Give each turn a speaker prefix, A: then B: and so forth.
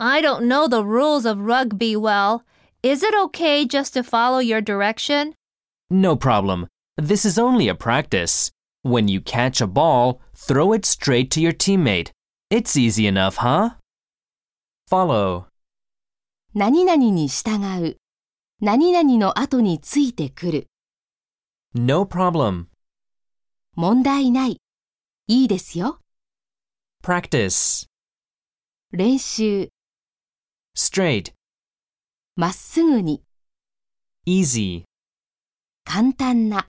A: I don't know the rules of rugby well. Is it okay just to follow your direction?
B: No problem. This is only a practice. When you catch a ball, throw it straight to your teammate. It's easy enough, huh? Follow.
C: 何々に従う。何々の後についてくる。
B: No problem.
C: 問題ない。いいですよ。
B: Practice.
C: 練習。
B: Straight.
C: まっすぐに。
B: Easy.
C: 簡単な。